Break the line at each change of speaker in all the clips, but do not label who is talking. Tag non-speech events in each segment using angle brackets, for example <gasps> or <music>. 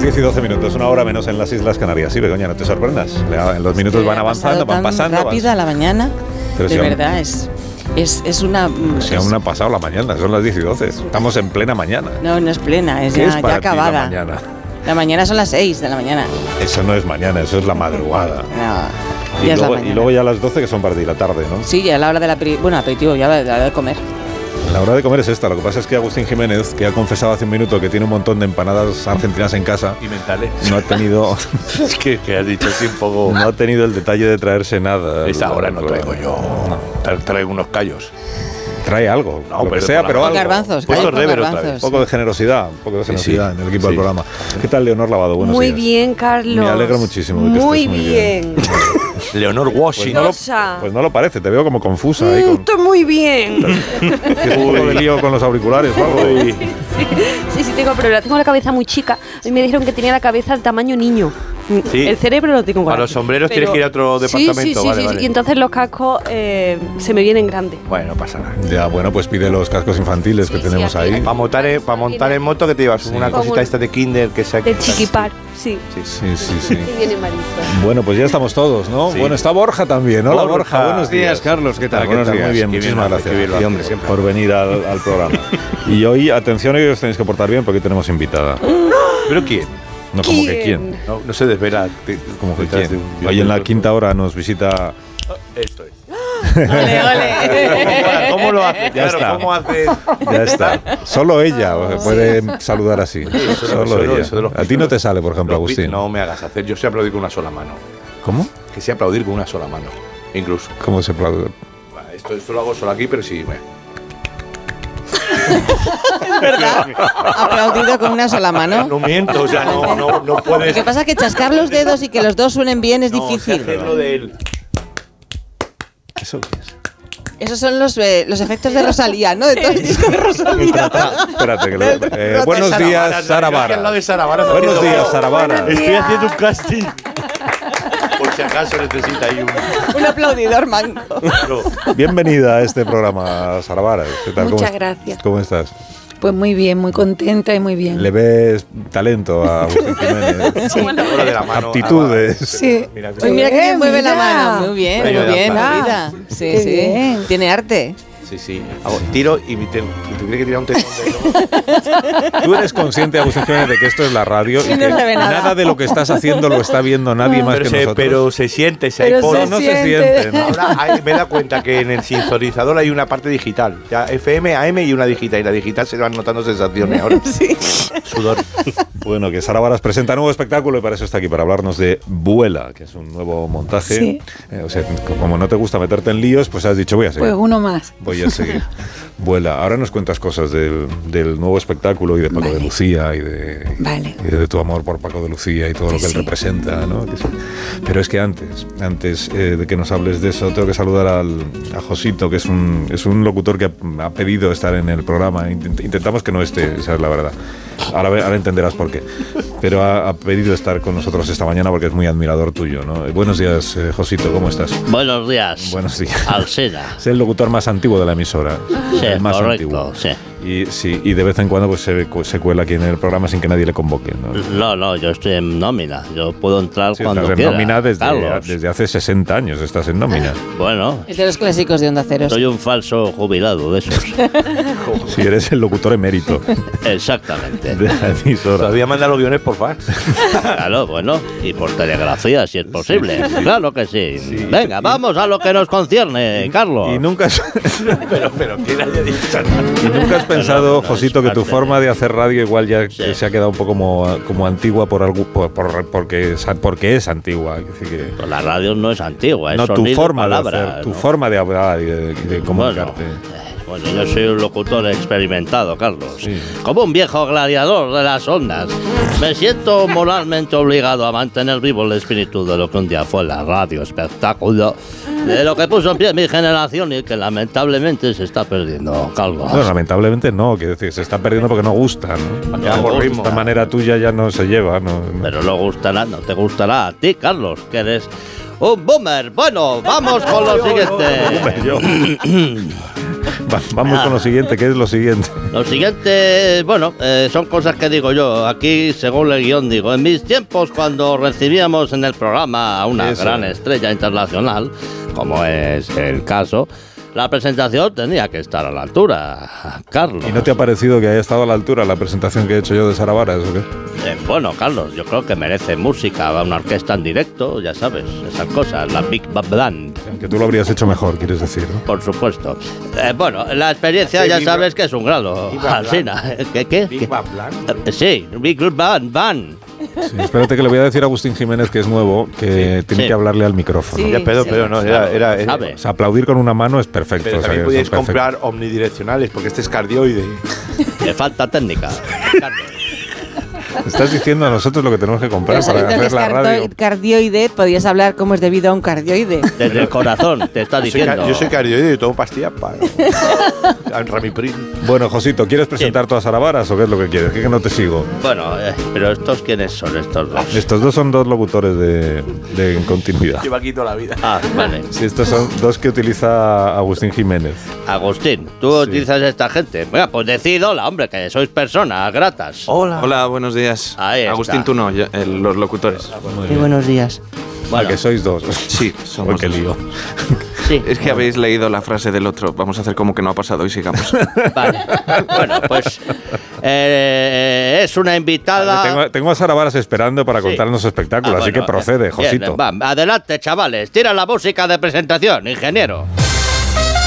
10 y 12 minutos, una hora menos en las Islas Canarias. Sí, Begoña, no te sorprendas. Le- Los minutos
que
van
ha pasado
avanzando, van
tan
pasando. van-
Rápida la mañana.
Pero
de
si aún-
verdad, es, es, es una.
Si aún no ha pasado la mañana, son las 10 y 12. Estamos en plena mañana.
No, no es plena, es
¿Qué
ya,
es
ya
para ti la
acabada.
mañana?
La mañana son las 6 de la mañana.
Eso no es mañana, eso es la madrugada.
No, ya
Y,
es la
luego, y
mañana.
luego ya las 12 que son para ti, la tarde, ¿no?
Sí, ya la hora del aperi- bueno, aperitivo, ya la la hora de comer.
La hora de comer es esta. Lo que pasa es que Agustín Jiménez, que ha confesado hace un minuto que tiene un montón de empanadas argentinas en casa,
Y mentales.
no ha tenido,
<laughs> Es que, que has dicho así un poco.
no ha tenido el detalle de traerse nada.
Esa hora no
Lo-
traigo yo. Tra- Traigo unos callos.
Trae algo,
No,
lo que
pero
sea,
por la-
pero
Con
algo.
garbanzos,
Puesto
callos
re-
con
otra
garbanzos.
vez. Un poco de generosidad, un poco de
sí.
generosidad en el equipo del
Sí.
programa. ¿Qué tal, Leonor Lavado? Buenos
muy
días.
bien, Carlos.
Me alegra muchísimo que estés
muy
muy
bien.
Leonor
Pues
Washington.
no, lo,
Rosa.
pues no lo parece, te veo como confusa ahí
Mm,
con <laughs>
Estoy muy bien.
tienes un poco de lío con los auriculares o algo. y-
Sí, sí, tengo problema. Tengo la cabeza muy chica. Hoy me dijeron que tenía la cabeza del tamaño niño. Mm,
Sí.
El cerebro lo tengo
Para
grande,
los sombreros
pero-
tienes que ir a otro
Sí, Sí, sí,
departamento.
sí.
vale,
sí,
vale.
Y entonces los cascos eh, se me vienen grandes.
Bueno, no pasa nada.
Ya, bueno, pues pide los cascos infantiles que
Sí, sí,
tenemos
aquí-
ahí.
aquí-
Para montar, en- pa' montar en moto que te llevas una
Como
cosita
un-
esta de Kinder que se
De
<laughs>
chiquipar, sí.
Sí, sí, sí.
Que viene malito.
Bueno, pues ya estamos todos, ¿no?
Sí.
Bueno, está Borja también. Hola, Borja.
Borja.
Buenos días,
Días,
Carlos. ¿Qué
tal?
Buenos
¿Qué tal?
días. Muy
Muy
bien,
bien,
muchísimas
haces, qué
gracias
bien lo
Sí,
haces,
hombre,
siempre.
por venir al, al
<laughs>
programa. y hoy, atención, hoy os tenéis que portar bien porque tenemos invitada.
<gasps> ¿Pero quién?
No, como que quién.
¿Quién?
No, no se desvela. te-
Como que
detrás de
quién.
un- Ah,
Hoy en la quinta hora nos visita.
Esto es.
<gasps> Ole, ole.
¿Cómo lo haces?
Ya
Claro,
está.
¿Cómo haces?
Ya está.
<laughs>
Solo ella os puede saludar así.
eso-
Solo
eso-
ella.
eso de los
A ti no te sale, por ejemplo,
Los pi-
Agustín.
No me hagas hacer. Yo sé aplaudir con una sola mano.
¿Cómo?
Que sé aplaudir con una sola mano. Incluso.
¿Cómo se
<laughs>
aplaude?
Bueno, Esto, esto lo hago solo aquí, pero
<laughs>
sí. bueno. <laughs>
Aplaudido con una sola mano.
No miento, o sea, no, no, no
Lo
puedes.
que pasa es que chascar los dedos y que los dos suenen bien
<laughs>
es
no, o sea,
difícil.
<laughs>
hacerlo del-
Eso qué es.
Esos son los, eh, los efectos de Rosalía, ¿no? De todo el disco de Rosalía.
Espérate, que
<laughs>
le- eh,
Trata
Buenos
de Sara Vara,
días, Sara
¿no? Yo que al lado
Vara.
de Sara Vara,
Buenos
haciendo-
días, Sara Vara.
Buenos
Estoy
días.
haciendo un casting. Por si acaso necesita ahí
<laughs>
un.
Un aplaudidor manco.
No.
Bienvenida a este programa, Sara Vara. ¿Qué tal? ¿Cómo
Muchas
est-
gracias.
¿Cómo estás?
Pues muy bien, muy contenta y muy bien.
Le ves talento a Agustín Jiménez.
Lo de la mano,
Aptitudes.
ah,
Sí.
mira,
Pues mira que
Eh,
bien mueve la
mira.
mano. Muy bien,
Bueno,
muy bien,
ya
está.
movida. Sí,
Ah, Qué
sí.
bien.
Tiene arte.
Sí, sí. Hago tiro y mi te- ¿Tú crees que tirar un tejón de
Tú eres consciente, Agustín Jiménez, de que esto es la radio y
Y no
que
se ve nada.
de lo que estás haciendo lo está viendo nadie más
pero,
que
se,
nosotros.
pero se siente, se
Pero
pone.
no, no se
siente.
siente. no.
Ahora ahí me da cuenta que en el sintonizador hay una parte digital. Ya FM, AM y una digital. Y la digital se van notando sensaciones ahora.
<laughs>
Sudor.
Bueno, que Sara Varas presenta nuevo espectáculo y para eso está aquí, para hablarnos de Vuela, que es un nuevo montaje.
Sí.
Eh, o sea, como no te gusta meterte en líos, pues has dicho voy a seguir.
Pues uno más.
Voy
<laughs>
a seguir. Vuela. Ahora nos cuentas cosas del, del nuevo espectáculo y de Paco de
Vale.
Lucía y de,
Vale.
y de tu amor por Paco de Lucía y todo lo que él
Sí.
representa. ¿no? Que sí. Pero es que antes, antes eh, de que nos hables de eso, tengo que saludar al, a Josito, que es un, es un locutor que ha, ha pedido estar en el programa. Intent- intentamos que no esté, esa es la verdad. Ahora, ve- ahora entenderás por qué. Pero ha, ha pedido estar con nosotros esta mañana porque es muy admirador tuyo. ¿no? Buenos días, eh, Josito, ¿cómo estás?
Buenos días.
Buenos días.
Alcina.
<laughs> Es el locutor más antiguo de la emisora.
Sí,
el más
correcto, sí.
Y, sí, y de vez en cuando pues, se, cu- se cuela aquí en el programa sin que nadie le convoque. ¿no?
No, no, yo estoy en nómina. Yo puedo entrar
Sí,
cuando
estás en
quiera.
nómina desde,
Carlos.
desde hace 60 años, estás en nómina.
Bueno,
Es de los clásicos de Onda Cero. <laughs>
soy un falso jubilado de esos.
<laughs> Si eres el locutor emérito
<laughs> Exactamente.
de la emisora.
Todavía manda los guiones por fax.
<laughs> Claro, bueno, y por telegrafía si es posible. Claro que sí. Venga, vamos a lo que nos concierne, Carlos.
Y nunca, has,
pero, pero, ¿quién haya dicho nada?
<laughs>
y nunca has pensado,
no, es
Josito, que tu
parte
forma
de-
de hacer radio igual ya
Sí.
se ha quedado un poco como, como antigua por algo, por- por- porque, es, porque es antigua. es decir que-
La radio no es antigua, es
no, tu
Pues sonido y
forma de
palabra,
hacer, tu
¿no?
forma de hablar y Ah, de, de
Bueno,
comunicarte.
eh, bueno, yo soy un locutor experimentado, Carlos.
Sí.
Como un viejo gladiador de las ondas, me siento moralmente obligado a mantener vivo el espíritu de lo que un día fue la radio espectáculo, de lo que puso en pie mi generación y que lamentablemente se está perdiendo, Carlos.
Bueno, lamentablemente no, que decir, se está perdiendo porque no gusta,
<coughs>
¿no?
Ya, por ritmo.
Esta manera tuya ya no se lleva, ¿no?
Pero no gustará, no te gustará a ti, Carlos, que eres un boomer. Bueno, vamos con lo
Hombre,
siguiente.
yo. Va- vamos con lo siguiente, ¿qué es lo siguiente?
Lo siguiente, bueno, eh, son cosas que digo yo. Aquí, según el guión, digo, en mis tiempos cuando recibíamos en el programa a una
Eso.
gran estrella internacional, como es el caso, la presentación tenía que estar a la altura, Carlos.
¿Y no te ha parecido que haya estado a la altura la presentación que he hecho yo de Sara Varas? o qué?
Eh, bueno, Carlos, yo creo que merece música, una orquesta en directo, ya sabes, esas cosas, la Big Bang Band.
Que tú lo habrías hecho mejor, quieres decir, ¿no?
Por supuesto. Eh, bueno, la experiencia
Sí,
ya
Big
sabes
Bang.
que es un grado.
Big Bang
Alsina. ¿Qué? qué?
Big
¿Qué?
Bang Plan.
Eh, Sí, Big Bang Band.
Sí, espérate que le voy a decir a Agustín Jiménez, que es nuevo, que tiene
sí.
que hablarle al micrófono.
Sí.
Ya, perdón, perdón, no, era. era era-
¿Sabe?
O sea, aplaudir con una mano es perfecto.
Pero
o sea,
también
que
podíais
es perfecto.
comprar omnidireccionales porque este es cardioide.
Le falta técnica. Carlos.
Estás diciendo a nosotros lo que tenemos que comprar
Pero
para
sabiendo que
hacer
es
la radio.
cardo- cardioide, podías hablar cómo es debido a un cardioide.
Desde el corazón te está
Yo soy, ca-
diciendo.
yo soy cardioide y tomo pastillas para. Ramiprim.
Bueno, Josito, ¿quieres presentar todas a Sara Varas o qué es lo que quieres? Que que no te sigo.
Bueno, eh, pero estos quiénes son estos dos?
Estos dos son dos locutores de, de continuidad.
Lleva aquí toda la vida.
Ah, vale.
<laughs> Sí, estos son dos que utiliza Agustín Jiménez.
Agustín, tú utilizas a esta gente. Venga, pues decid hola, hombre, que sois personas gratas.
Hola. Hola, buenos días.
Ahí está.
Agustín Tuno, yo- eh, los locutores.
Muy buenos días.
Porque
Bueno,
sois dos.
Sí, somos.
Porque lío.
sí.
Es que habéis leído la frase del otro. Vamos a hacer como que no ha pasado y sigamos.
<laughs> Vale. Bueno, pues eh, es una invitada.
Ah, Tengo, tengo a Sara Varas esperando para contarnos su espectáculo,
Ah,
así
bueno,
que procede,
bien,
Josito.
va, adelante, chavales. Tira la música de presentación, ingeniero.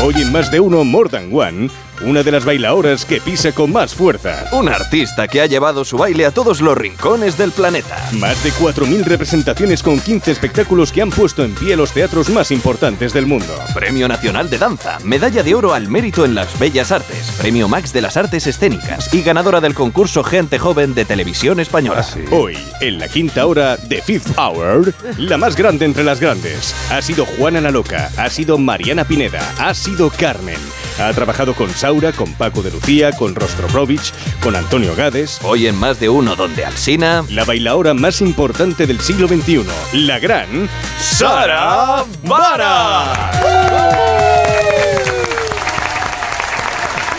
Hoy en Más de Uno More Than One, una de las bailaoras que pisa con más fuerza.
Un artista que ha llevado su baile a todos los rincones del planeta.
Más de 4.000 representaciones con 15 espectáculos que han puesto en pie los teatros más importantes del mundo.
Premio Nacional de Danza, medalla de oro al mérito en las bellas artes, premio Max de las artes escénicas y ganadora del concurso Gente Joven de Televisión Española.
Ah, Hoy, en la quinta hora de Fifth Hour, la más grande entre las grandes. Ha sido Juana la Loca, ha sido Mariana Pineda, ha sido Carmen. Ha trabajado con Saura, con Paco de Lucía, con Rostroprovich, con Antonio Gades.
Hoy en Más de Uno, donde Alsina...
La bailaora más importante del siglo XXI, la gran Sara Vara.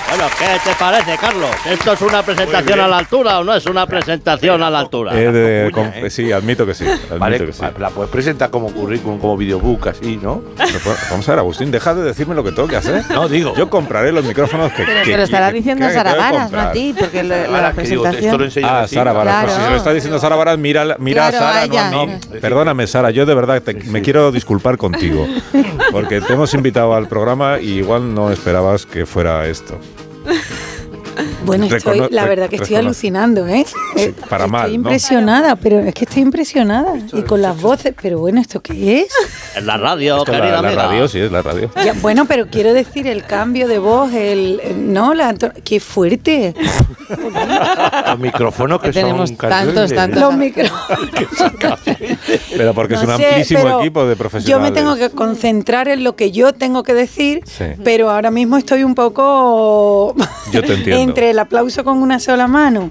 Bueno, ¿qué te parece, Carlos? ¿Esto es una presentación a la altura o no es una presentación a la altura?
He Eh, de
Cuña,
conf-
¿eh?
Sí, admito que sí. admito
Vale,
que sí.
la puedes presentar como currículum, como videobook, así, ¿no?
Pero, pues, Vamos a ver, Agustín, deja de decirme lo que tengo que hacer.
No, digo.
Yo compraré los micrófonos que
Pero
que-
te lo estará
que-
diciendo
que-
a
que
Sara
tengo que
Varas, no a
comprar.
ti, porque lo- lo- la
Ahora, que digo, esto lo
presentación.
enseño
Ah,
a ti,
Sara
¿no?
Varas.
Claro.
Pues si se lo está diciendo Sara Varas, mira, mira
Claro,
a Sara,
a
no a
ella.
mí. Perdóname, Sara, yo de verdad te- me quiero disculpar contigo. Porque te hemos invitado al programa y igual no esperabas que fuera esto.
Bueno, estoy,
Recono-
la
re-
verdad que estoy
recono-
alucinando, ¿eh? Eh,
para
estoy
mal, ¿no?
impresionada, pero es que estoy impresionada. Y con las voces, pero bueno, ¿esto qué es?
En la radio,
Esto es
querida
la, la
amiga.
radio, sí, es la radio.
Ya, bueno, pero quiero decir, el cambio de voz, el... No, la... enton- ¡Qué fuerte!
Los micrófonos que,
Que tenemos
son cardioides.
tantos, tantos.
Los micrófonos.
Pero porque es
No
un
sé,
amplísimo
pero
equipo de
Yo me
profesionales.
tengo que concentrar en lo que yo tengo que decir,
Sí.
pero ahora mismo estoy un poco <laughs>
Yo te entiendo.
entre el aplauso con una sola mano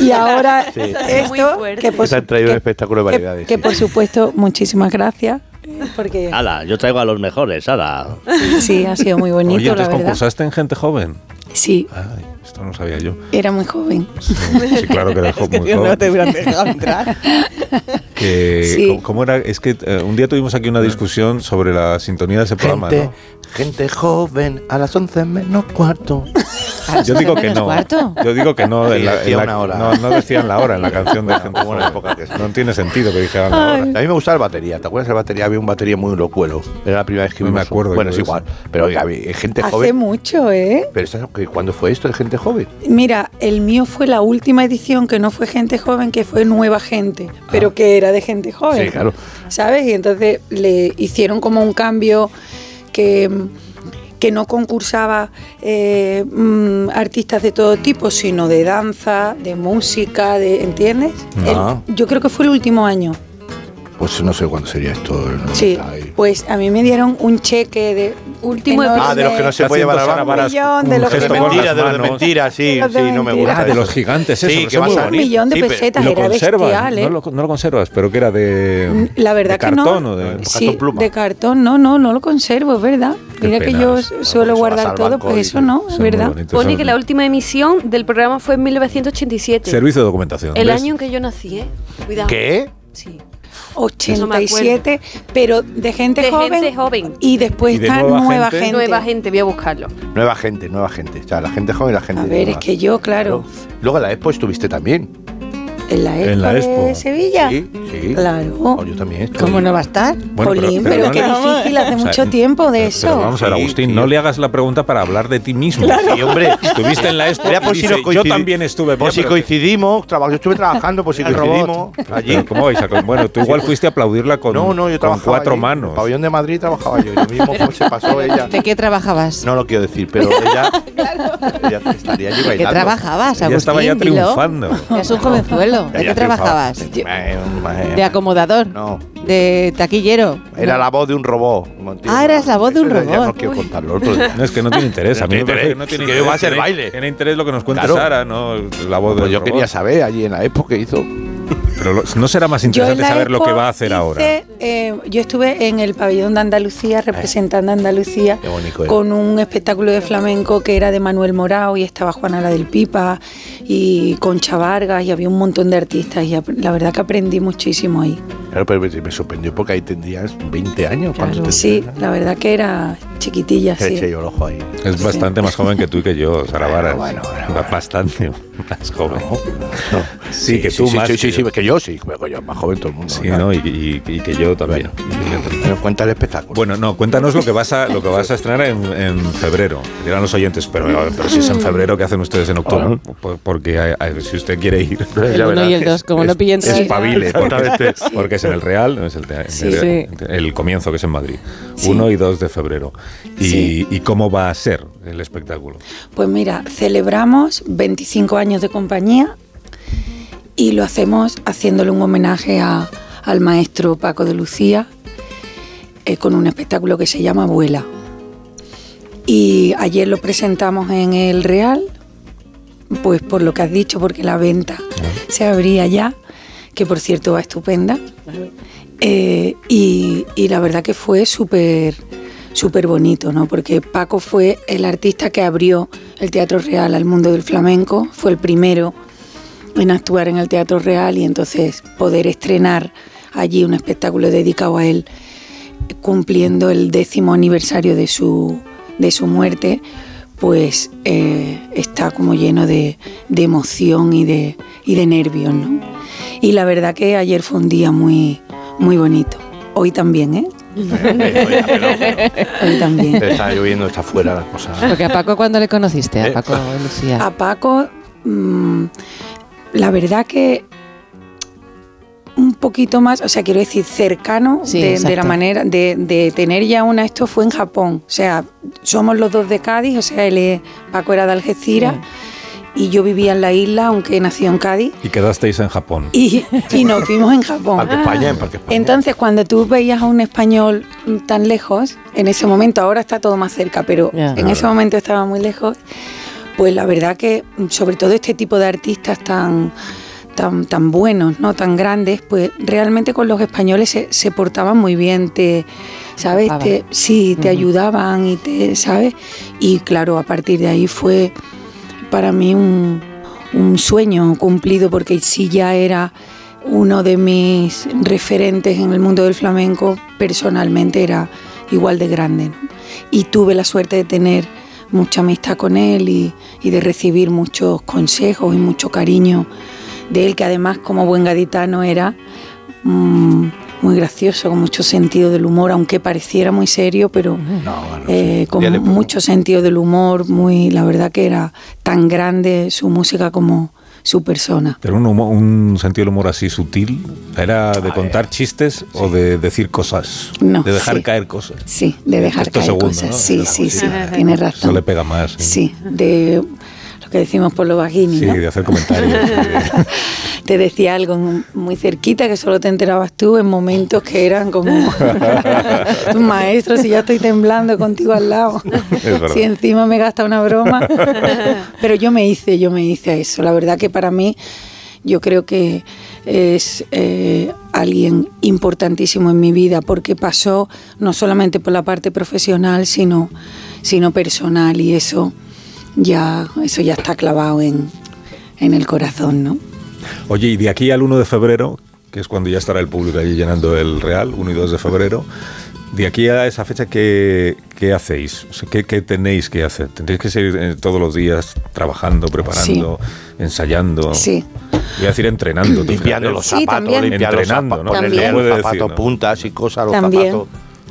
y ahora
Sí.
Es muy
esto
fuerte.
que por,
Te han
su-
traído
que-
un espectáculo de
que-
variedades,
que
sí.
por supuesto muchísimas gracias porque
Ala, yo traigo a los mejores, ala.
sí ha sido muy bonito
Oye,
la
entonces
verdad.
concursaste en gente joven.
Sí,
Ay, esto no sabía yo.
era muy joven.
Sí, sí,
<laughs>
claro que era jo- muy
Yo
joven.
no te hubieran dejado entrar.
Que,
Sí. Ah.
co- ¿Cómo era? Es que eh, un día tuvimos aquí una discusión sobre la sintonía de ese programa,
Gente, gente joven, a las 11 menos
<laughs>
cuarto.
Ah,
¿no? Yo digo que
menos
no.
cuarto?
Yo digo que no. en
Sí,
la- en
decía
la-
una hora.
No, no decían la hora en la canción de gente
buena
joven.
época que es.
No tiene sentido que dijeran la hora.
A mí me gustaba el batería, ¿te acuerdas el batería? Había un batería muy locuelo. Era la primera vez que
No me
vimos uno.
acuerdo
Bueno,
yo
es
de
igual. Pero oiga, había gente
<laughs> Hace
joven.
mucho, ¿eh?
Pero ¿sabes qué? ¿cuándo fue esto de gente joven?
Mira, el mío fue la última edición que no fue gente joven, que fue nueva gente, pero que era de gente joven.
Ah. Sí, claro.
¿Sabes? Y entonces le hicieron como un cambio que, que no concursaba eh, mm, artistas de todo tipo, sino de danza, de música, de, ¿entiendes?
Ah.
El- yo creo que fue el último año.
Pues no sé cuándo sería esto. el
Sí,
90 y-
pues a mí me dieron un cheque de
último
Enorme.
episodio.
Ah, de los que no se puede llevar al banco.
varas
millón de
un
los que
gesto
no-
con
Mentira,
las
de los de
manos.
mentira, sí,
Los de
sí, no me
mentira.
gusta.
Ah, de
eso.
los gigantes,
Sí,
eso, que
que
son
vas
muy
a-
Un
bonitos.
millón de
Sí, pero-
pesetas,
Lo
era
conservas,
bestial, ¿eh?
no, lo, no lo conservas, pero que era de,
Mm, La verdad
de
que no.
cartón o de...
Sí,
cartón pluma.
de cartón, no, no, no lo conservo, es verdad.
Qué
Mira que
pena, Ah,
yo
es-
suelo
vas
guardar
al
todo,
banco
pues
y-
eso no, es
Son muy
verdad.
bonitos,
Pone
son-
que la última emisión del programa fue en 1987.
Servicio de documentación.
El
¿ves?
año en que yo nací, ¿eh? Cuidado.
¿Qué?
Sí. Eso me acuerdo.
87, pero de gente
De
joven.
gente joven.
Y después
Y de
está
nueva
nueva,
gente.
gente.
Nueva gente, voy a buscarlo.
Nueva gente, nueva gente. O sea, la gente joven y la gente
A ver, es
nueva.
que yo, claro,
Luego en la Expo estuviste también.
en la expo,
En la
de
Expo.
Sevilla.
Sí, sí.
Claro.
Oh, yo también estuve.
¿Cómo no va a estar?
Bueno, pero-
Jolín,
pero
pero,
no
qué
le-
difícil, hace
O sea,
mucho tiempo de
pero-
eso.
pero vamos a ver,
Sí,
Agustín,
sí.
no le hagas la pregunta para hablar de ti mismo.
Sí, hombre.
<laughs>
<laughs>
Estuviste en la expo.
Era por
y
si nos
dice, yo
coincidi-
también estuve.
Por
ya,
si
pero-
coincidimos, traba- yo estuve trabajando, por si
El robot.
coincidimos. Allí.
Pero ¿Cómo vais a co- Bueno, tú igual fuiste a aplaudirla con,
No, no, yo
con
trabajaba.
cuatro
allí. En el
manos.
pabellón de Madrid trabajaba yo. y Lo mismo como
<laughs>
se pasó ella.
¿De qué trabajabas?
No lo quiero decir,
<laughs>
pero ella, ella estaría allí
¿De qué
bailando.
trabajabas,
Ya
Agustín?
estaba
<laughs>
ya
Dilo.
triunfando.
Que Es un jovenzuelo.
Ya,
¿De
ya
qué
triunfaba.
trabajabas?
Eh, eh,
¿De acomodador?
No.
¿De taquillero?
Era la voz de un robot.
Ah, eras la voz de un
Eso Ya no
robot.
quiero
Uy.
contarlo. otro día.
<laughs> No, es que no tiene interés.
No
A mí
tiene
me parece
interés.
que no tiene
Que
interés.
va a ser
Tiene-
baile.
Tiene interés lo que nos cuenta
Claro.
Sara, ¿no? La voz
Pues
del
yo quería
robot.
saber allí en la época que hizo.
Pero lo- no será más
Yo en
interesante
la
saber lo que
Expo
va a hacer
hice,
ahora. Eh.
eh, yo estuve en el pabellón de Andalucía representando a Andalucía
Qué bonito era.
con un espectáculo de flamenco que era de Manuel Morao y estaba Juana la del Pipa y Concha Vargas y había un montón de artistas y ap- la verdad que aprendí muchísimo ahí.
Claro, pero me, me sorprendió porque ahí tendrías 20 años. cuando te
Sí, la verdad que era chiquitilla,
Que le eché
sí.
yo el ojo ahí.
Es bastante más joven que tú y que yo, Sara
Bueno,
Varas.
bueno, bueno.
Bastante más joven.
No.
Sí, que tú
sí,
más
Sí,
que
sí, sí,
yo.
que yo sí. Bueno, yo más joven todo el mundo.
Sí,
claro.
¿no? Y, y- y que yo también.
Me cuenta el espectáculo.
Bueno, no, cuéntanos lo que vas a, lo que vas a estrenar en, en febrero. Dirán los oyentes, pero,
Mm.
pero si es en febrero, ¿qué hacen ustedes en octubre?
Ah.
Por- Porque a- a- si usted quiere ir,
El uno y el dos, como no pillen
es, espabile, porque,
Exactamente.
porque es en el Real, no es el, de-
Sí.
el-
Sí.
el comienzo que es en Madrid,
Sí.
1 y 2 de febrero. Y,
Sí.
¿Y cómo va a ser el espectáculo?
Pues mira, celebramos 25 años de compañía y lo hacemos haciéndole un homenaje a- al maestro Paco de Lucía eh, con un espectáculo que se llama Abuela. Y ayer lo presentamos en el Real, pues por lo que has dicho, porque la venta se abría ya, que por cierto va estupenda. Eh, y, y la verdad que fue súper súper bonito, ¿no? Porque Paco fue el artista que abrió el Teatro Real al mundo del flamenco, fue el primero en actuar en el Teatro Real y entonces poder estrenar allí un espectáculo dedicado a él, cumpliendo el décimo aniversario de su, de su muerte, pues eh, está como lleno de, de emoción y de, y de nervios, ¿no? Y la verdad que ayer fue un día muy, muy bonito. Hoy también, ¿eh? <laughs> Hoy también.
Está lloviendo, está fuera la cosa.
Porque a Paco, ¿cuándo le conociste? A Paco y Lucía.
A Paco, mm, la verdad que un poquito más, o sea, quiero decir, cercano
Sí,
de,
exacto.
de la manera de, de tener ya una, esto fue en Japón, o sea, somos los dos de Cádiz, o sea, él es- Paco era de Algeciras y yo vivía en la isla, aunque nací en Cádiz,
Y quedasteis en Japón.
y, y nos vimos en Japón.
Parque España, en Parque España.
Entonces, cuando tú veías a un español mm, tan lejos, en ese momento, ahora está todo más cerca, pero
Ya.
en ese momento estaba muy lejos, pues la verdad que, mm, sobre todo este tipo de artistas tan, tan, tan buenos, ¿no? tan grandes, pues realmente con los españoles se, se portaban muy bien, te, ¿sabes?
Tapaban.
Te, sí, te ayudaban y te, ¿sabes? Y claro, a partir de ahí fue para mí un, un sueño cumplido porque sí ya era uno de mis referentes en el mundo del flamenco, personalmente era igual de grande. ¿no? Y tuve la suerte de tener mucha amistad con él y, y de recibir muchos consejos y mucho cariño de él, que además como buen gaditano era mm, muy gracioso, con mucho sentido del humor, aunque pareciera muy serio, pero
No, bueno,
eh,
sí.
con
Ya le-
mucho sentido del humor, muy, la verdad que era tan grande su música como su persona.
Pero un, humo- un sentido del humor así sutil, ¿era de contar chistes o de decir cosas?
No,
de dejar
sí.
caer cosas.
Sí, de dejar
Esto
caer
segundo,
cosas.
¿no?
Sí,
De la
sí, sí,
música.
tienes
Eso
razón.
le pega más. ¿eh?
Sí, de Lo que decimos por los vaginis,
Sí,
¿no?
de hacer comentarios. sí.
Te decía algo muy cerquita que solo te enterabas tú en momentos que eran
<laughs>
como tu maestro, si ya estoy temblando contigo al lado.
Es verdad.
Si encima me gasta una broma. Pero yo me hice, yo me hice a eso. La verdad que para mí, yo creo que es eh, alguien importantísimo en mi vida porque pasó no solamente por la parte profesional, sino, sino personal y eso ya, eso ya está clavado en, en el corazón, ¿no?
Oye, y de aquí al 1 de febrero, que es cuando ya estará el público allí llenando el Real, 1 y 2 de febrero, de aquí a esa fecha, ¿qué, qué hacéis? O sea, ¿qué, qué tenéis que hacer? ¿Tendréis que seguir eh, todos los días trabajando, preparando, ensayando?
Sí.
Voy a decir entrenando. ¿te
Limpiando
fijas?
los
Sí,
zapatos,
también.
limpiar los
Entrenando,
zapatos,
¿no?
ponerle
También.
los
Puede decir,
zapatos,
¿no?
puntas y cosas, los
También.
zapatos.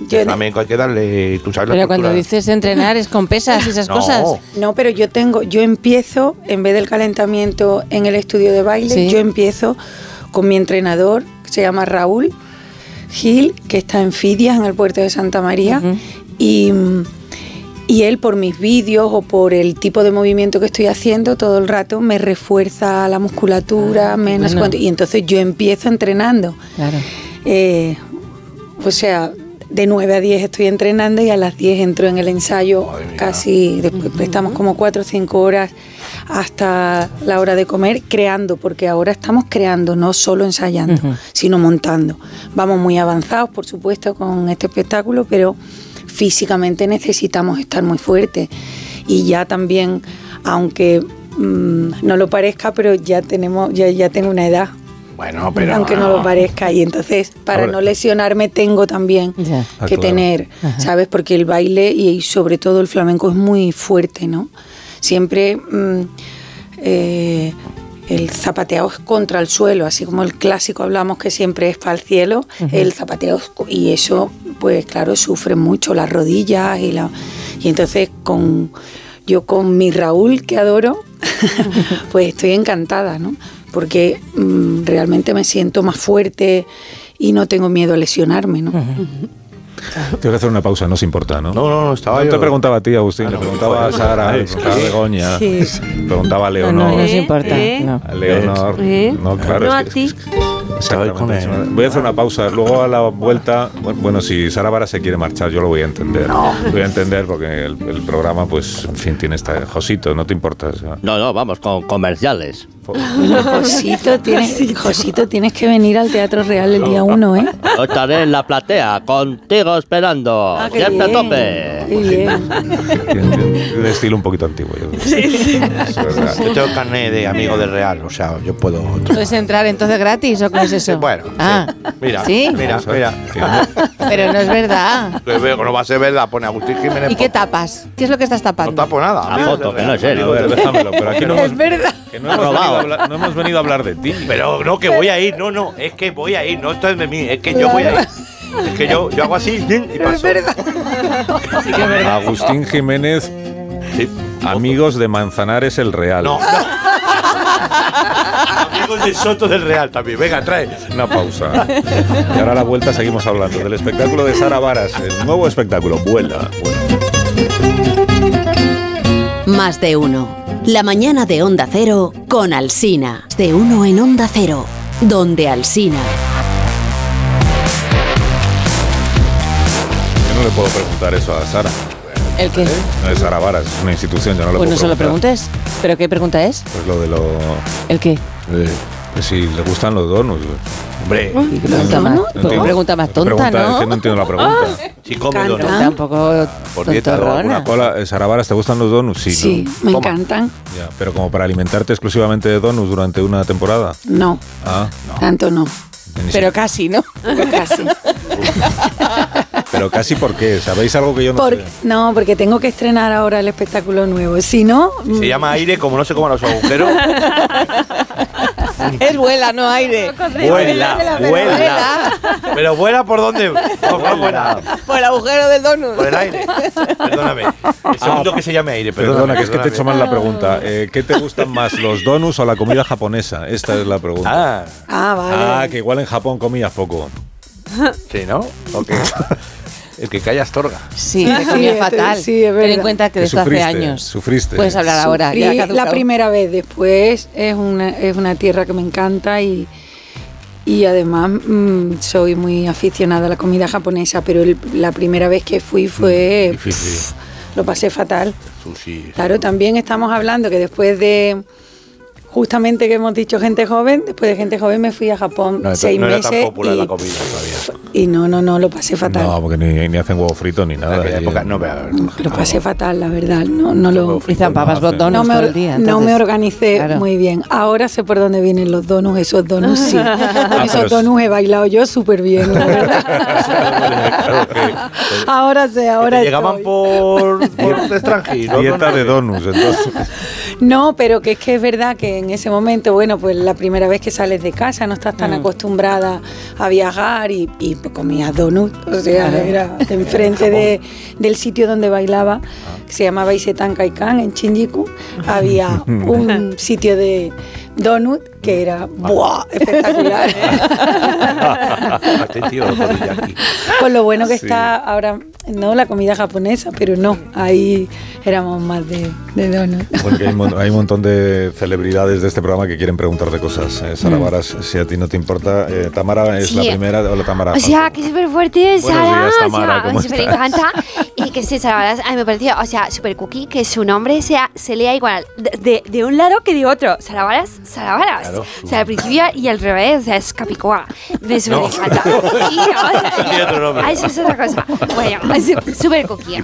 Yo-
También hay que darle, tú sabes la
Pero cuando
cultura.
dices entrenar es con pesas y esas
<laughs> No.
cosas.
No, pero yo tengo, yo empiezo, en vez del calentamiento en el estudio de baile,
Sí.
yo empiezo con mi entrenador, que se llama Raúl Gil, que está en Fidias, en el puerto de Santa María,
Ujú.
y, y él por mis vídeos o por el tipo de movimiento que estoy haciendo todo el rato me refuerza la musculatura,
Ah,
menos
bueno.
cuanto- y entonces yo empiezo entrenando.
Claro.
Eh, o sea, de 9 a 10 estoy entrenando y a las 10 entro en el ensayo casi, después estamos como 4 o 5 horas hasta la hora de comer creando, porque ahora estamos creando, no solo ensayando, sino montando. Vamos muy avanzados, por supuesto, con este espectáculo, pero físicamente necesitamos estar muy fuertes y ya también, aunque mm, no lo parezca, pero ya tenemos, ya, ya tengo una edad
Bueno, pero.
aunque no lo parezca. Y entonces, para
Ahora-
no lesionarme, tengo también
Ya.
Ah,
que
claro.
tener, ¿sabes? Porque el baile y, y sobre todo el flamenco es muy fuerte, ¿no? Siempre mm, eh, el zapateado es contra el suelo, así como el clásico hablamos que siempre es para el cielo, el zapateado es co- y eso, pues claro, sufre mucho las rodillas y la y entonces con yo con mi Raúl que adoro, <laughs> pues estoy encantada, ¿no? Porque mm, realmente me siento más fuerte y no tengo miedo a lesionarme, ¿no?
Tengo que hacer una pausa, no os importa, ¿no?
No, no, no, estaba
No
yo.
te preguntaba a ti, Agustín,
Ah,
le
no,
preguntaba a
joder,
Sara, le
es
preguntaba a
que-
Begoña,
Sí.
le preguntaba a
No, no, no
Leonor.
nos importa.
¿Eh?
no.
A Leonor.
¿Eh?
No, claro.
No
es
a
que-
ti.
Exactamente.
Estoy con él.
Voy a hacer una pausa. Luego a la vuelta, bueno, bueno, si Sara Vara se quiere marchar, yo lo voy a entender. Lo voy a entender porque el, el programa, pues, en fin, tiene esta. Josito, no te importa. o sea,
No, no, vamos con comerciales.
po-
<laughs>
Josito, tienes, Josito, tienes que venir al Teatro Real el día 1, ¿eh?
Yo estaré en la platea, contigo esperando.
Ah, qué
Siempre a
bien.
tope.
Qué bien.
tiene- tiene un estilo un poquito antiguo. yo- Es verdad.
Yo tengo carnet de amigo del Real, o sea, yo puedo.
¿Puedes entrar entonces gratis o cómo es
Sí,
eso?
bueno, sí.
Ah,
Mira,
¿Sí?
mira, mira.
Tiene-
pero no es verdad.
Lo veo, no va a ser verdad, pone Agustín Jiménez.
¿Y qué
Pons.
tapas? ¿Qué es lo que estás
No
tapando? Ah,
tapo nada.
A
amigo
foto,
del
que
Real.
no es él.
A ver, déjamelo, pero
<laughs>
aquí no hemos,
es verdad.
que no hemos
Robado.
venido a hablar- no hemos venido a hablar de ti.
Pero no, que voy a ir, no, no, es que voy a ir, no esto es de mí, es que yo voy a ir. Es que yo, yo hago así y paso.
<laughs> Agustín Jiménez,
Sí.
amigos de Manzanares el Real.
No, no. Amigos de Soto del Real también. Venga, trae.
<laughs>
Una pausa. Y ahora a la vuelta seguimos hablando del espectáculo de Sara Varas, el nuevo espectáculo, Vuela. Vuela.
Más de uno. La mañana de Onda Cero con Alsina. De uno en Onda Cero, donde Alsina.
Yo no le puedo preguntar eso a Sara.
¿El qué?
No es Sara Varas, es una institución, yo no lo
Pues no
puedo
se lo
preguntar.
preguntes. ¿Pero qué pregunta es?
Pues lo de lo...
¿El qué?
de pues si le gustan los donuts.
Hombre,
¿Qué pregunta más?
No entiendo.
¿Qué pregunta más
La
tonta,
pregunta Es
no?
que no entiendo la
Ah,
pregunta.
si come
Canta.
donuts.
Tampoco
Por dieta,
tontorrona.
alguna
Hola, eh, Sara Varas, ¿te gustan los donuts? Sí.
Sí, me
Toma.
encantan.
¿no? Ya, pero como para alimentarte exclusivamente de donuts durante una temporada.
No,
Ah,
tanto no.
ni
Pero casi, ¿no?
<laughs> Casi.
si- pero casi por qué. ¿Sabéis algo que yo no
Por-
sé?
no, porque tengo que estrenar ahora el espectáculo nuevo. Si no,
Se llama aire, como no se coman los agujeros.
es vuela, no aire.
vuela, vuela.
Vuela.
Pero vuela por dónde? Por favor, vuela.
Por el agujero del donut.
Por el aire. Perdóname.
Ah,
El segundo que se llame aire, perdóname.
Perdona, que es que te he hecho
perdóname.
mal la pregunta. Eh, ¿Qué te gustan más, los donuts o la comida japonesa? Esta es la pregunta.
Ah,
ah, vale.
Ah, que igual en Japón comías poco. <laughs>
sí, ¿no? Ok. El que calla Astorga.
Sí,
Sí,
te comió
es-
fatal.
sí, es
Ten en
verdad.
cuenta que
Que
desde hace
sufriste,
años.
sufriste.
Puedes hablar ahora.
Sufrí
ya que ha
la
caducado.
primera vez, después es una, es una tierra que me encanta y, y además mm, soy muy aficionada a la comida japonesa, pero el- la primera vez que fui
Mm,
fue...
Difícil.
pf, lo pasé fatal.
Sushi.
Claro, también estamos hablando que después de... Justamente que hemos dicho gente joven, después de gente joven me fui a Japón
No,
seis
no era
meses
tan popular
y,
la comida todavía.
y no, no, no, lo pasé fatal.
No, porque ni, ni hacen huevo frito ni nada.
En aquella
allí.
época no, pero-
lo pasé fatal, la verdad. No, no lo...
Y zampabas
No, hace-
botones
No me,
todo
or-
el día.
no me
entonces-
organicé
Claro.
muy bien. Ahora sé por dónde vienen los donuts, esos donuts
<laughs>
sí. Con
Ah,
pero
esos
es-
donuts he bailado yo súper bien, la
<laughs> Claro que-
verdad. ahora sé,
que
ahora
te llegaban
estoy. <laughs>
por, por extranjero.
Dieta
¿no?
de donuts, entonces. <laughs>
No, pero que es que es verdad que en ese momento, bueno, pues la primera vez que sales de casa no estás tan acostumbrada a viajar y, y pues comías donuts, o sea, era de enfrente de- del sitio donde bailaba, que se llamaba Isetan Kaikan en Shinjuku, había un sitio de donut que era ¡buah! espectacular.
Este tío, Kobayashi.
Con lo bueno que
Sí.
está ahora, no la comida japonesa, pero no, ahí éramos más de, de donut.
Porque hay, mon- hay un montón de celebridades de este programa que quieren preguntarte cosas. Eh, Sara Varas, si a ti no te importa, eh, Tamara es
Sí. Ah,
la primera. Hola, Tamara.
O sea, que súper fuerte,
Buenos
Sara.
días, Tamara,
o sea,
¿cómo
me súper
estás?
encanta. Y que sí, Sara, a mí me pareció, o sea, súper cookie que su nombre sea, se lea igual de, de- de un lado que de otro. Sara Varas, Sara Varas.
Claro.
O sea, al principio y al revés, o sea, es Capicoa. Me súper
<laughs>
encanta. Sí,
Tiene otro
o
nombre.
sea, Ah, eso es otra cosa. Bueno, <laughs> es súper cookie.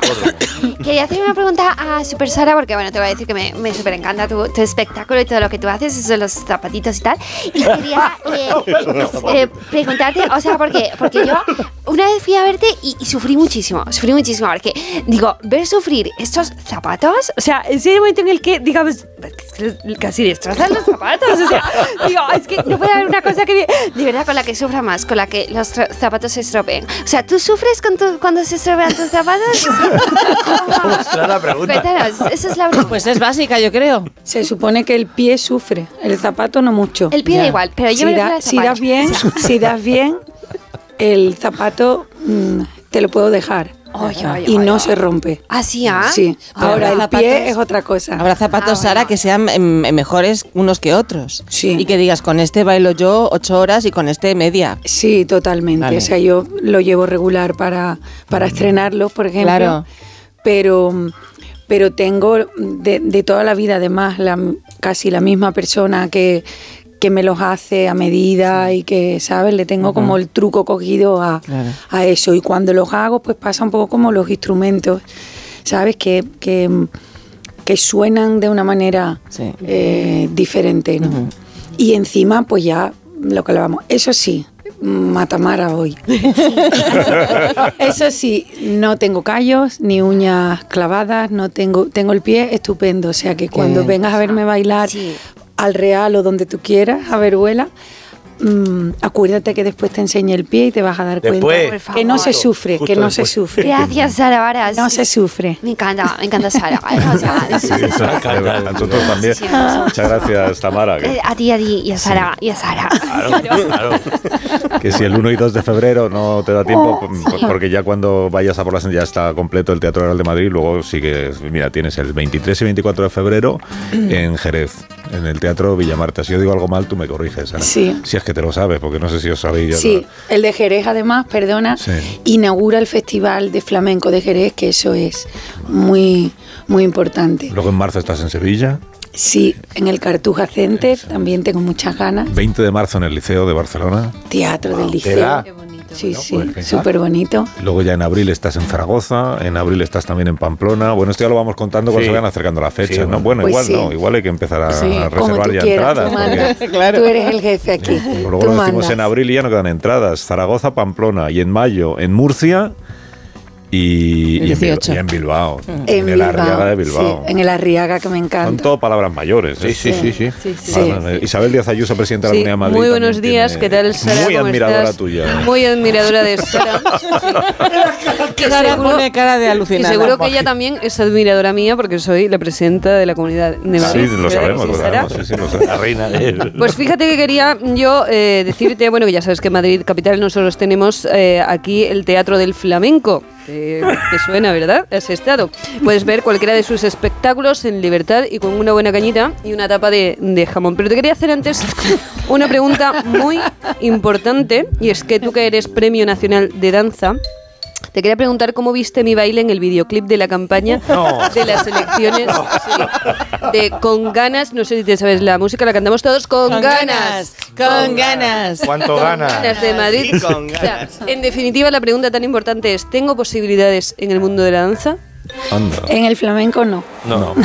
Quería hacer una pregunta a Super Sara, porque bueno, te voy a decir que me, me súper encanta tu, tu espectáculo y todo lo que tú haces, eso de los zapatitos y tal. Y quería eh, eh, preguntarte, o sea, ¿por qué? Porque yo una vez fui a verte y, y sufrí muchísimo, sufrí muchísimo, porque digo, ver sufrir estos zapatos, o sea, es el momento en el que, digamos, casi destrozan los zapatos,
<laughs>
o sea, digo, es que no puede haber una cosa que, me- de verdad, con la que sufra más, con la que los tra- zapatos se estropeen. O sea, ¿tú sufres con tu- cuando se estropean tus zapatos? Es
<laughs>
que-
¿Cómo será la pregunta?
Cuéntanos, esa es la pregunta.
Pues es básica, yo creo.
Se supone que el pie sufre, el zapato no mucho.
El pie da igual, pero yo
si,
me
da-
refiero al
si das
zapato. <laughs>
bien, si das bien, el zapato mm, te lo puedo dejar
Ay, ay,
y
ay,
no
ay.
se rompe.
¿Ah, sí, ah?
Sí.
Ah,
Ahora el
habrá zapatos-
pie es otra cosa.
Habrá zapatos,
Ah, bueno.
Sara, que sean em, mejores unos que otros.
Sí.
Y que digas, con este bailo yo ocho horas y con este media.
Sí, totalmente.
Vale.
O sea, yo lo llevo regular para, para estrenarlos, por ejemplo.
Claro.
Pero, pero tengo de, de toda la vida, además, la, casi la misma persona que, que me los hace a medida y que, ¿sabes? Le tengo como el truco cogido a,
Claro.
a eso. Y cuando los hago, pues pasa un poco como los instrumentos, ¿sabes? Que, que, que suenan de una manera
Sí.
eh, diferente, ¿no? Y encima, pues ya lo que hablamos. Eso sí, matamara hoy. Eso sí, no tengo callos ni uñas clavadas, no tengo, tengo el pie estupendo. O sea que cuando
bien.
vengas a verme bailar
Sí.
al Real o donde tú quieras, a Veruela, mm, acuérdate que después te enseñe el pie y te vas a dar
Después.
cuenta
Por
que no
favor.
se sufre,
Justo
que no
después.
se
<laughs>
sufre.
Gracias, Sara Varas.
No se sufre.
Me encanta, me encanta Sara. O sea,
Sí,
<laughs>
eso, a nosotros también.
Sí, eso.
Muchas gracias, Tamara.
eh,
Que,
a ti, a ti, y a Sara, y a Sara.
Claro, claro.
<laughs>
que si el 1 y 2 de febrero no te da
Oh,
tiempo, por- porque ya cuando vayas a por las ya está completo el Teatro Real de Madrid, luego sigues, mira, tienes el 23 y 24 de febrero
Mm.
en Jerez, en el Teatro Villamarta. Si yo digo algo mal, tú me corriges, Sara.
Sí.
Si es que te lo sabes, porque no sé si os sabéis. ya
Sí, el de Jerez además, perdona,
Sí.
inaugura el Festival de Flamenco de Jerez, que eso es muy, muy importante.
lo- Luego en marzo estás en Sevilla.
Sí, en el Cartuja Center también tengo muchas ganas.
20 de marzo en el Liceo de Barcelona.
Teatro
Ah,
del
Te da.
Liceo. Sí, sí,
pues, pensad.
súper bonito.
Luego ya en abril estás en Zaragoza, en abril estás también en Pamplona. Bueno, esto ya lo vamos contando cuando
Sí.
se vayan acercando la fecha,
Sí,
¿no?
bueno.
Bueno,
Pues
igual
sí.
no, igual hay que empezar a
Sí, como
Ah, reservar
tú
ya
quieras,
entradas.
tú mandas.
porque-
Tú eres el jefe aquí.
Luego
tú
lo decimos
mandas.
en abril y ya no quedan entradas. Zaragoza, Pamplona y en mayo en Murcia y,
El
y en, Bil-
18.
y en Bilbao.
Mm.
En
el Arriaga de
sí,
Bilbao.
en el Arriaga, que me
Son
encanta.
todo palabras mayores. ¿eh?
Sí, sí, sí, sí.
Sí.
Además, Isabel Díaz Ayuso, presidenta de
Sí,
la Comunidad de Madrid.
muy buenos
también
días,
tiene-
¿qué tal Sara?
Muy
¿Cómo
admiradora
estás?
tuya. ¿eh?
Muy admiradora de
<laughs>
Sara. que
Sara
seguro,
pone cara de
que
alucinada.
seguro que ella también es admiradora mía porque soy la presidenta de la comunidad de Madrid.
Sí, lo
¿Verdad
sabemos,
que
lo
sí, Sara?
sabemos. Sí, sí, lo
La
sabemos.
reina de...
Pues fíjate que quería yo eh, decirte, bueno, que ya sabes que en Madrid Capital nosotros tenemos eh, aquí el Teatro del Flamenco. Te, te suena, ¿verdad? Has estado. Puedes ver cualquiera de sus espectáculos en libertad y con una buena cañita y una tapa de, de jamón. Pero te quería hacer antes una pregunta muy importante y es que tú que eres Premio Nacional de Danza, te quería preguntar cómo viste mi baile en el videoclip de la campaña
No.
de las elecciones sí, de Con ganas, no sé si te sabes la música, la cantamos todos con,
Con
ganas,
ganas, con ganas. ¿Cuánto <laughs>
Con
ganas?
de Madrid.
Sí, con
O sea, en definitiva, la pregunta tan importante es, ¿tengo posibilidades en el mundo de la danza?
En el flamenco no.
No, no.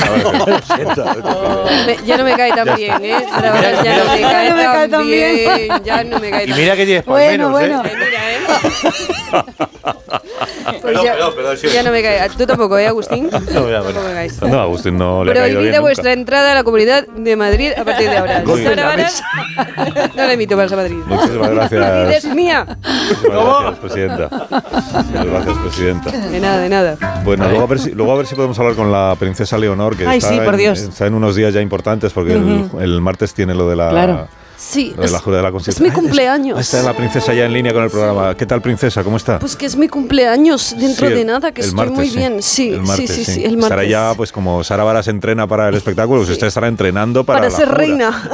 Me- ya no me cae tan
Ya
bien, ¿eh?
Mira,
Ahora ya no me
mira.
cae,
Ya no me cae tan
tan
bien.
bien. Ya no me cae
Y
tan
mira que tienes palmeros,
Bueno,
¿eh?
bueno. Mira, ¿eh? Pues
Perdón,
ya,
perdón, perdón, sí.
ya no me cae. Tú tampoco, ¿eh, Agustín?
<laughs> No, mira, bueno.
Tampoco me caes.
No, Agustín no le ha caído bien
Prohibida
nunca.
vuestra entrada a la comunidad de Madrid a partir de ahora.
Golpe en la
Sara Varas, <laughs> no la invito para Madrid.
Muchísimas gracias.
Madrid es mía.
Muchísimas gracias, presidenta. Muchas gracias, presidenta.
De nada, de nada.
Bueno, luego a, ver si, luego a ver si podemos hablar con la princesa Leonor, que
Ay,
está,
sí, por
en,
Dios.
está en unos días ya importantes, porque el-
Ujú.
el, martes tiene lo de la,
Claro. Sí,
lo de la
es-
jura de la
Es
Constitución.
mi
Ay,
cumpleaños.
Está la princesa ya en línea con el programa. ¿Qué tal, princesa? ¿Cómo está?
Pues que es mi cumpleaños dentro
Sí,
de
el-
nada, que
el
estoy
martes,
muy bien. Sí,
El martes,
sí, sí, sí, el martes.
Estará ya, pues como Sara Vara se entrena para el espectáculo, pues usted estará entrenando para,
Para
la
ser <laughs>
jura.
reina.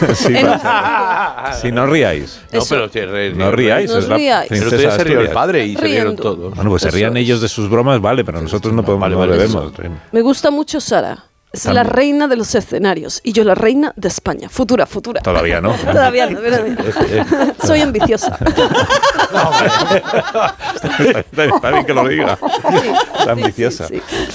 Pues
<laughs>
Sí,
En-
para- sí, no ríais.
No, pero te re-
No ríais.
No
es la
ríais.
princesa
Pero ustedes se rió el
Asturias.
padre y se
Riendo.
rieron todos.
Bueno, pues se
Eso
rían ellos de sus bromas, vale, pero nosotros no podemos, no debemos.
Me gusta mucho Sara. Es
También.
la reina de los escenarios y yo la reina de España. Futura, futura.
Todavía no.
Todavía no, todavía no. <laughs> Soy ambiciosa.
está, está bien que lo diga. Está ambiciosa.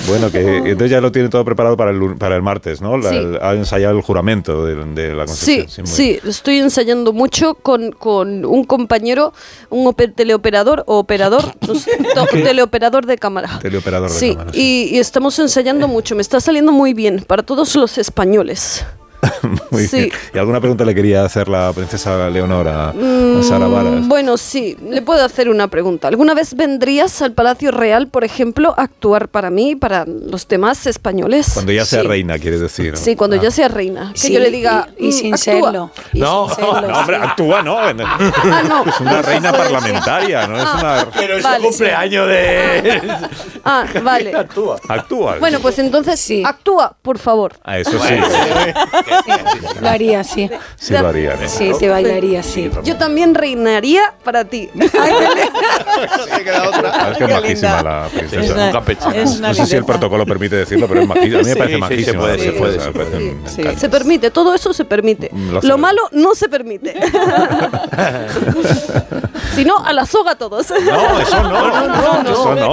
Bueno, que entonces ya lo tiene todo preparado para el, lun- para el martes, ¿no? La-
Oh. Sí.
el- ha ensayado el juramento de, de la
Sí,
Constitución. muy
sí, lo estoy ensayando mucho con, con un compañero, un ope- teleoperador o operador, no
<laughs>
sé, to- teleoperador de cámara.
Teleoperador de
sí,
cámara,
Y, y estamos ensayando mucho, me está saliendo muy bien para todos los españoles.
Muy
Sí.
bien. ¿Y alguna pregunta le quería hacer la princesa Leonora a, a Sara
Mm,
Varas?
Bueno, sí, le puedo hacer una pregunta. ¿Alguna vez vendrías al Palacio Real, por ejemplo, a actuar para mí, y para los demás españoles?
Cuando ya sea
Sí.
reina, Ah. quieres decir.
Sí, cuando ya sea reina. Que
Sí,
yo le diga.
y- y
mm,
sin
actúa.
serlo.
No, no, hombre, actúa, no.
Ah, no.
Es una reina parlamentaria, no es una.
Pero
es el Ah, Vale, sí. cumpleaños
de.
Ah, vale.
<laughs> Actúa.
Actúa.
Bueno, pues entonces actúa, por favor.
Ah, eso sí.
Lo haría, sí.
Sí, lo haría, ¿no?
Sí, te bailaría, sí.
Yo también reinaría para ti. <laughs>
Ah, Es que es majísima la
Es
princesa.
una- Nunca pensaba. es una
no sé si el
lindeza.
protocolo permite decirlo, pero es majísima. A mí me
Sí,
parece
sí,
majísima.
se puede,
la
se puede,
princesa,
se
me parece un encanto.
Se permite, todo eso se permite.
Lo
Lo
hacemos.
malo no se permite.
<laughs>
si no, a la soga todos.
No, eso no. Eso no,
no,
eso
no,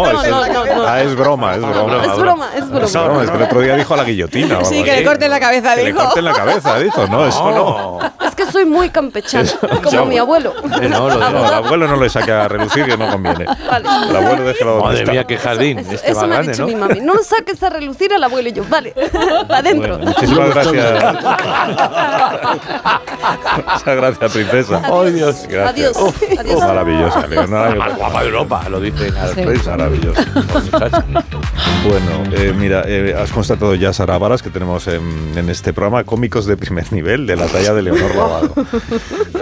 no, no.
Ah, es broma, es
Es
broma.
broma, es broma.
Es broma, es que el otro día dijo a la guillotina. o
Sí,
algo
que le
así.
corten la cabeza,
Que le
dijo.
corten la cabeza, dijo. No, eso no.
Es que soy muy campechana, como
yo-
mi abuelo.
Eh, No, lo- no, el abuelo no le saca a relucir que no conviene. El abuelo déjelo donde
Madre
está.
mía, qué jardín. este
Eso me ha
Bagane,
dicho
¿no?
mi mami. No saques a relucir al abuelo y yo. Vale, <laughs> para adentro. <laughs>
Muchísimas gracias. Muchas gracias, princesa.
Ay, Dios.
Gracias.
Adiós, adiós.
Maravillosa, Leonora.
Más guapa de Europa, lo dicen a la
Sí.
prensa.
Maravilloso. Bueno, eh, mira, eh, has constatado ya, Sara Varas, que tenemos en, en este programa cómicos de primer nivel, de la talla de Leonor Lavado.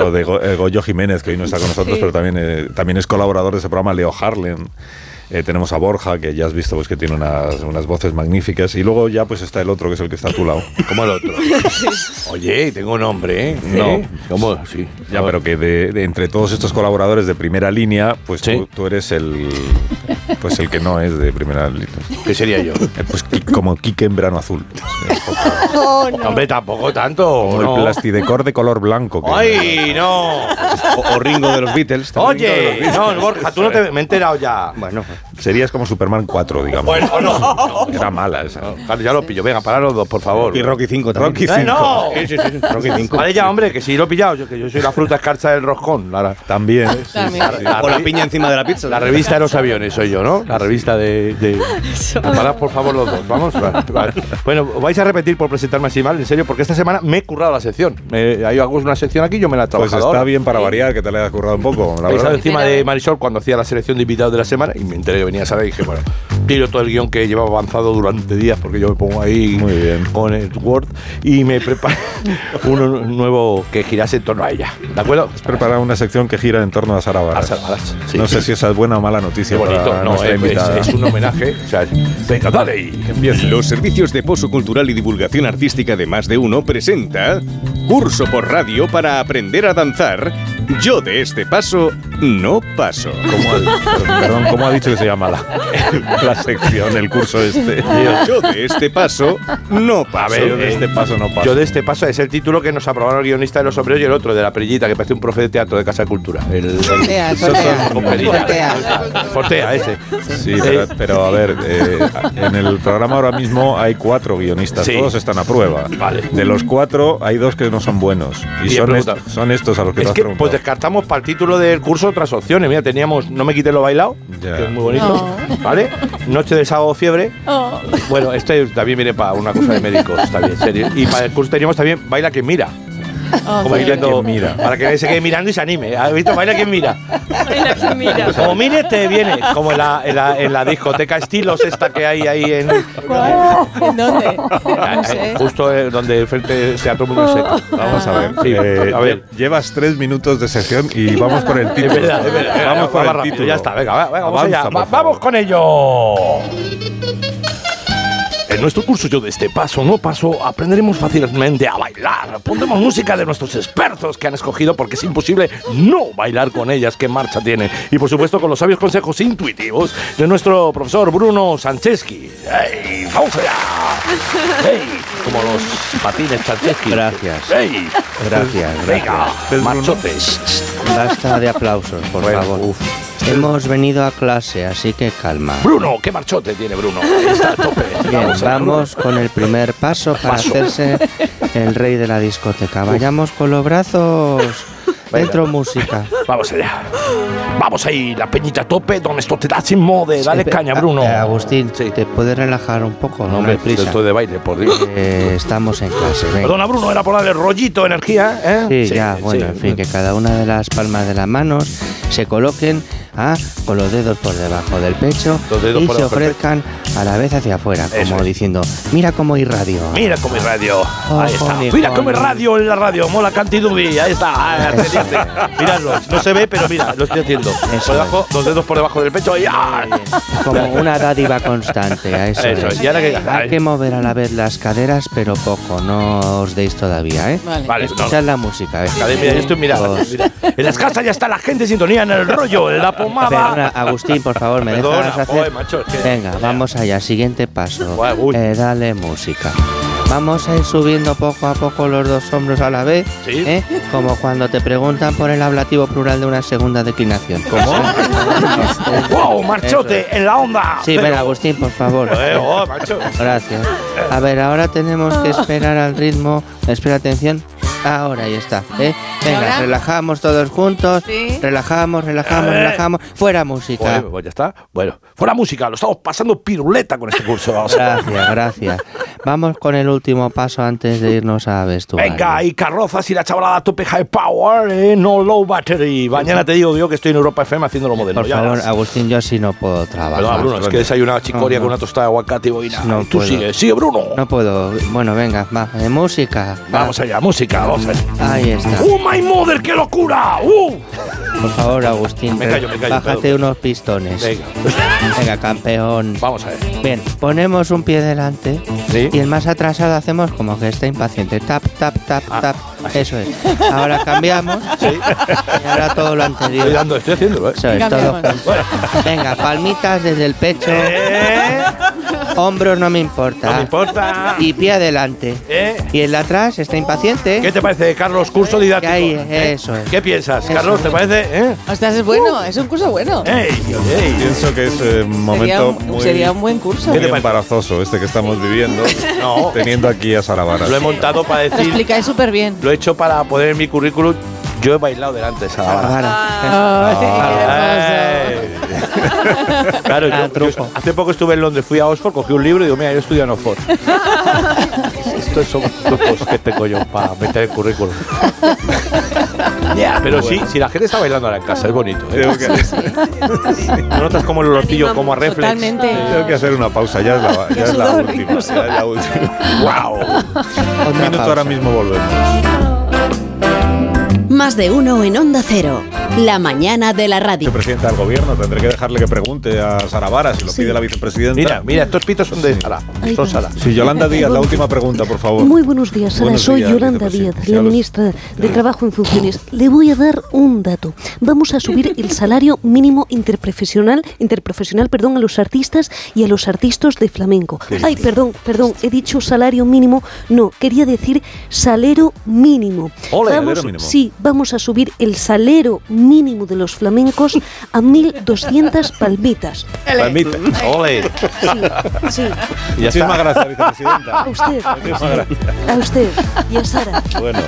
O de Go- eh, Goyo Jiménez, que hoy no está con nosotros,
Sí.
pero también, eh, también es colaborador de ese programa, Leo Harlem. Eh, tenemos a Borja, que ya has visto pues, que tiene unas, unas voces magníficas. Y luego ya pues está el otro, que es el que está a tu lado.
¿Cómo el otro? Oye, tengo nombre, ¿eh?
No.
¿Cómo? Sí.
Ya, pero que de, de entre todos estos colaboradores de primera línea, pues tú, tú eres el pues el que no es de primera línea.
¿Qué sería yo?
Pues qui- como Quique en verano azul.
Oh,
No, Hombre, tampoco tanto.
Como
¿no?
el plastidecor de color blanco. que-
¡Ay, no!
o, o Ringo de los Beatles. también Ringo de los
Oye,
Beatles.
no, Borja, tú no te. Me he enterado ya. Bueno,
Serías como Superman 4, digamos.
Bueno, no.
Era mala esa.
Claro, ya lo pillo. Venga, para los dos, por favor.
Y Rocky 5 también.
Rocky
¡Ay, no!
Sí, sí, sí, Rocky 5.
Vale, ya, hombre, que si lo he pillado. Yo, que yo soy la fruta escarcha del roscón. Lara.
También.
También.
O la piña encima de la pizza.
La revista de los aviones soy yo, ¿no? La revista de... de... Parad, por favor, los dos. Vamos. Vale, vale. Bueno, vais a repetir por presentarme así mal, en serio, porque esta semana me he currado la sección. Me- hay una sección aquí, yo me la he
Pues
trabajado
está
ahora.
bien para variar, que te le hayas currado un poco. La
He estado
verdad.
encima de Marisol cuando hacía la selección de invitados de la semana y me enteré que venía Sara y dije, bueno, tiro todo el guión que llevaba avanzado durante días porque yo me pongo ahí con el Word y
<laughs>
me preparo uno nuevo que girase en torno este a ella. ¿De acuerdo?
Has preparado una sección que gira en torno a Sara Varas.
A Sara Varas, sí.
No sé si esa es buena o mala
Qué
noticia
bonito,
para
no,
eh,
nuestra
pues,
es,
invitada.
es- es un homenaje. O sea, es- venga, dale ahí.
Los servicios de Pozo Cultural y Divulgación Artística de Más de Uno presenta Curso por Radio para aprender a danzar. Yo de este paso no paso.
Perdón, ¿cómo ha dicho que se llama la, <laughs> la sección, el curso este?
<laughs> Yo de este
<laughs>
paso no paso.
A ver,
yo de este paso no paso.
Yo de este paso es el título que nos aprobaron el guionista de Los Obreros y el otro, de La Perillita, que parece un profe de teatro de Casa de Cultura. El, el-
Sortea,
Esos son
sortea,
con perilla.
sortea.
Sortea, ese.
Sí, pero, pero, a ver, eh, en el programa ahora mismo hay cuatro guionistas,
Sí.
todos están a prueba.
Vale.
De los cuatro, hay dos que no son buenos. Y,
Y he
son, est-
preguntado.
son estos a los que te
Es
has
que
preguntado.
pues descartamos para el título del curso otras opciones. Mira, teníamos No me quites lo bailado,
Ya.
que es muy bonito.
Oh,
¿Vale? Noche de sábado fiebre. Bueno, este también viene para una cosa de médicos, está bien, serio. Y para el curso teníamos también Baila quien mira.
Ah, oh.
Como diciendo, mira. para que se quede mirando y se anime. ¿Has visto? Baila quien mira. Como mire, te viene. Como en la, en la, en la discoteca estilos esta que hay ahí
<laughs>
en...
¿En dónde? No sé.
Justo eh, donde frente Teatro Mundo Seco.
Vamos a ver.
Sí,
eh,
a ver.
Llevas tres minutos de sección y vamos por el título.
Es verdad, es verdad.
Vamos por
Vamos
el
rápido,
título.
ya está, venga, va- venga, vamos
Avanza,
allá.
por
Va-
favor.
vamos con ello. En nuestro curso Yo de este paso, no paso, aprenderemos fácilmente a bailar. Pondremos música de nuestros expertos que han escogido porque es imposible no bailar con ellas, que marcha tienen. Y por supuesto con los sabios consejos intuitivos de nuestro profesor Bruno Sancheski. ¡Ey! ¡Vamos allá! ¡Ey! Como los patines Sancheski.
Gracias.
¡Ey!
Gracias,
Venga,
gracias.
marchotes.
Basta de aplausos, por
Bueno,
favor.
uf.
Hemos venido a clase, así que calma.
Bruno, qué marchote tiene Bruno. Ahí Está a tope.
Bien,
Vamos a ver,
vamos con el primer paso para
Paso.
hacerse el rey de la discoteca. Vayamos con los brazos. Dentro música.
Bruno. Vamos allá. Vamos ahí, la peñita a tope, donde esto te da sin mode. Dale
Eh,
caña,
a-
Bruno.
eh, Agustín,
Sí.
¿te puedes relajar un poco? No, hay ah, prisa.
de baile, por Dios.
Eh, estamos en clase, venga.
Perdona, Bruno, era por darle rollito, energía, ¿eh?
Sí, ya, bueno,
sí.
en fin, que cada una de las palmas de las manos se coloquen ah, con los dedos por debajo del pecho
Los dedos
y
por
se
debajo del pecho.
ofrezcan a la vez hacia afuera,
Eso
como
es.
diciendo, mira cómo irradio.
Mira cómo es radio. Ahí está.
Ojo,
Mira cómo
Nicole.
es radio en la radio. Mola Cantidubi. Ahí está. Ah,
<laughs>
Ahí, pendiente. Miradlo. No se ve, pero mira, lo estoy haciendo.
es.
Por debajo, los dedos por debajo del pecho. Ahí. ¡ah! <laughs>
Como una dádiva constante, a eso,
Eso
es.
es. Y ahora que.
Hay que mover a la vez las caderas, pero poco, no os deis todavía, ¿eh?
Vale, no,
Escuchad la música, ¿eh?
Cadê? Mira, yo estoy mirando.
Dos.
Mira. En las casas ya está la gente en sintonía en el rollo, en la
Perdona,
pomada.
Agustín, por favor, ¿me
Perdona,
dejas hacer?
joder, macho, es que-
Venga, vamos allá, siguiente paso.
Guau, uy.
Eh, dale música. Vamos a ir subiendo poco a poco los dos hombros a la vez,
Sí.
¿eh? como cuando te preguntan por el ablativo plural de una segunda declinación.
¿Cómo? ¡Wow!
Eso
¡Marchote en la onda!
Sí,
Pero-
ven, Agustín, por favor.
Eh, oh, macho. Eh.
Gracias. A ver, ahora tenemos que esperar al ritmo. Espera, atención. Ahora ahí está. ¿eh? Venga,
¿Ahora?
relajamos todos juntos.
Sí.
Relajamos, relajamos,
Eh.
relajamos. Fuera música.
Joder, pues ya está. Bueno, fuera música, lo estamos pasando piruleta con este curso. vamos.
Gracias, gracias. Vamos con el último paso antes de irnos a vestuario.
Venga, y carrozas y la chavalada a tope high power, eh, no low battery. Mañana te digo yo que estoy en Europa FM haciendo lo moderno.
Por
ya
favor,
verás.
Agustín, yo así no puedo trabajar.
Perdona, Bruno, es que desayunado chicoria
No, no.
con una tostada de aguacate y boina.
No
Y Tú
puedo.
sigue, sigue, Bruno.
No puedo. Bueno, venga, va. eh, música. va.
Vamos allá, música, vamos allá.
Ahí está.
¡Uh, my mother, qué locura! ¡Uh!
Por favor, Agustín,
Me callo, me callo,
bájate
perdón.
unos pistones.
Venga,
Venga, campeón.
vamos a ver.
Bien, ponemos un pie delante
Sí.
y el más atrasado hacemos como que está impaciente. Tap, tap, tap,
Ah,
tap. Eso es. Ahora cambiamos
<laughs> Sí.
y ahora todo lo
Estoy
anterior.
dando, estoy haciéndolo, ¿eh?
Eso es, todo
Cambiamos.
junto. Venga, palmitas desde el
<laughs>
pecho.
¿Eh?
Hombros no me importa.
No me importa.
Y pie adelante.
¿Eh?
Y el de atrás está impaciente.
¿Qué te parece, Carlos? Curso
Que
didáctico.
ahí,
¿eh?
eso es.
¿Qué piensas,
Eso
Carlos?
es.
¿Te parece? ¿Eh?
Ostras, es bueno, es un curso bueno.
¡Ey! ¡Ey!
Pienso que es eh, un
Sería
momento
un,
muy,
sería un buen curso.
muy
te parece?
embarazoso este que estamos viviendo,
<laughs> No.
teniendo aquí a Sara Varas.
Lo he montado para
Lo
decir.
explicáis súper bien.
Lo he hecho para poner en mi currículum. Yo he bailado delante de esa
Ah,
vara.
Ay, qué Oh, hermoso.
vale.
Ah. Ey. Claro, yo-
Ah,
yo
truco.
hace poco estuve en Londres, fui a Oxford, cogí un libro y digo, mira, yo estudio
<laughs>
en Oxford. Estos son trucos que tengo yo para meter el currículum. Pero sí, si la gente está bailando ahora en casa, es bonito. ¿eh?
Creo que-
¿No notas como el olorcillo, como a reflex?
Totalmente. Tengo que hacer una pausa, ya es la, ya es la
sudor
última.
incluso.
ya es la última. <laughs>
¡Wow!
Un minuto ahora mismo volvemos.
Más de uno en Onda Cero. La mañana de la
Se
radio.
presenta este al gobierno, tendré que dejarle que pregunte a Sara Vara si lo pide la vicepresidenta.
Mira, mira, estos pitos son de Sara. Son Sara.
Sí, Yolanda Díaz, la última pregunta, por favor.
Muy buenos días, Sara.
Buenos
Soy
días,
Yolanda
vicepresidenta.
Díaz, la ministra de Trabajo en Funciones. Le voy a dar un dato. Vamos a subir el salario mínimo interprofesional, interprofesional, perdón, a los artistas y a los artistas de flamenco.
Qué
Ay,
bien.
perdón, perdón, he dicho salario mínimo. No, quería decir salero mínimo.
Ole,
vamos,
salero mínimo.
Sí, vamos a subir el salero mínimo de los flamencos a 1.200 palmitas.
Palmita. ¡Ole!
Sí,
Muchísimas gracias, vicepresidenta.
a usted,
Muchísimas
<laughs>
gracias.
a usted y a Sara.
Bueno,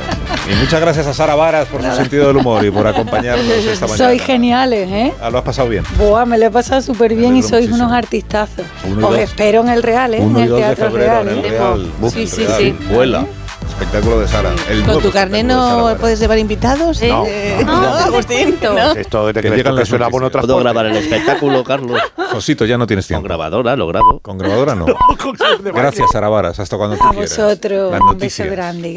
y muchas gracias a Sara Varas por su sentido del humor y por acompañarnos esta mañana.
Sois geniales, ¿eh?
Ah, lo has pasado bien.
Boa, me lo he pasado súper bien y
alegro
sois
muchísimo.
unos artazos.
Uno y
Os
dos.
espero en el Real, ¿eh?
Uno
en
y
el
dos de
Teatro
febrero
Real.
en el
¿eh?
Real. Buf,
Sí,
el
sí,
Real. <laughs>
sí.
Vuela. Espectáculo de Sara. El
¿Con
nuevo
tu carnet
espectáculo de Sara
no
Varas.
puedes llevar invitados?
No.
Eh, <laughs>
No.
Agustín. ¿no?
Esto de
Que
que
llegan
que
las
suena
noticias.
bueno
¿Puedo grabar el espectáculo, Carlos?
Josito, ya no tienes tiempo.
Con grabadora, lo grabo.
<laughs>
Con grabadora no. Gracias, Sara Varas. Hasta cuando tú
A
quieras.
vosotros,
Las
un beso
noticias.
grande.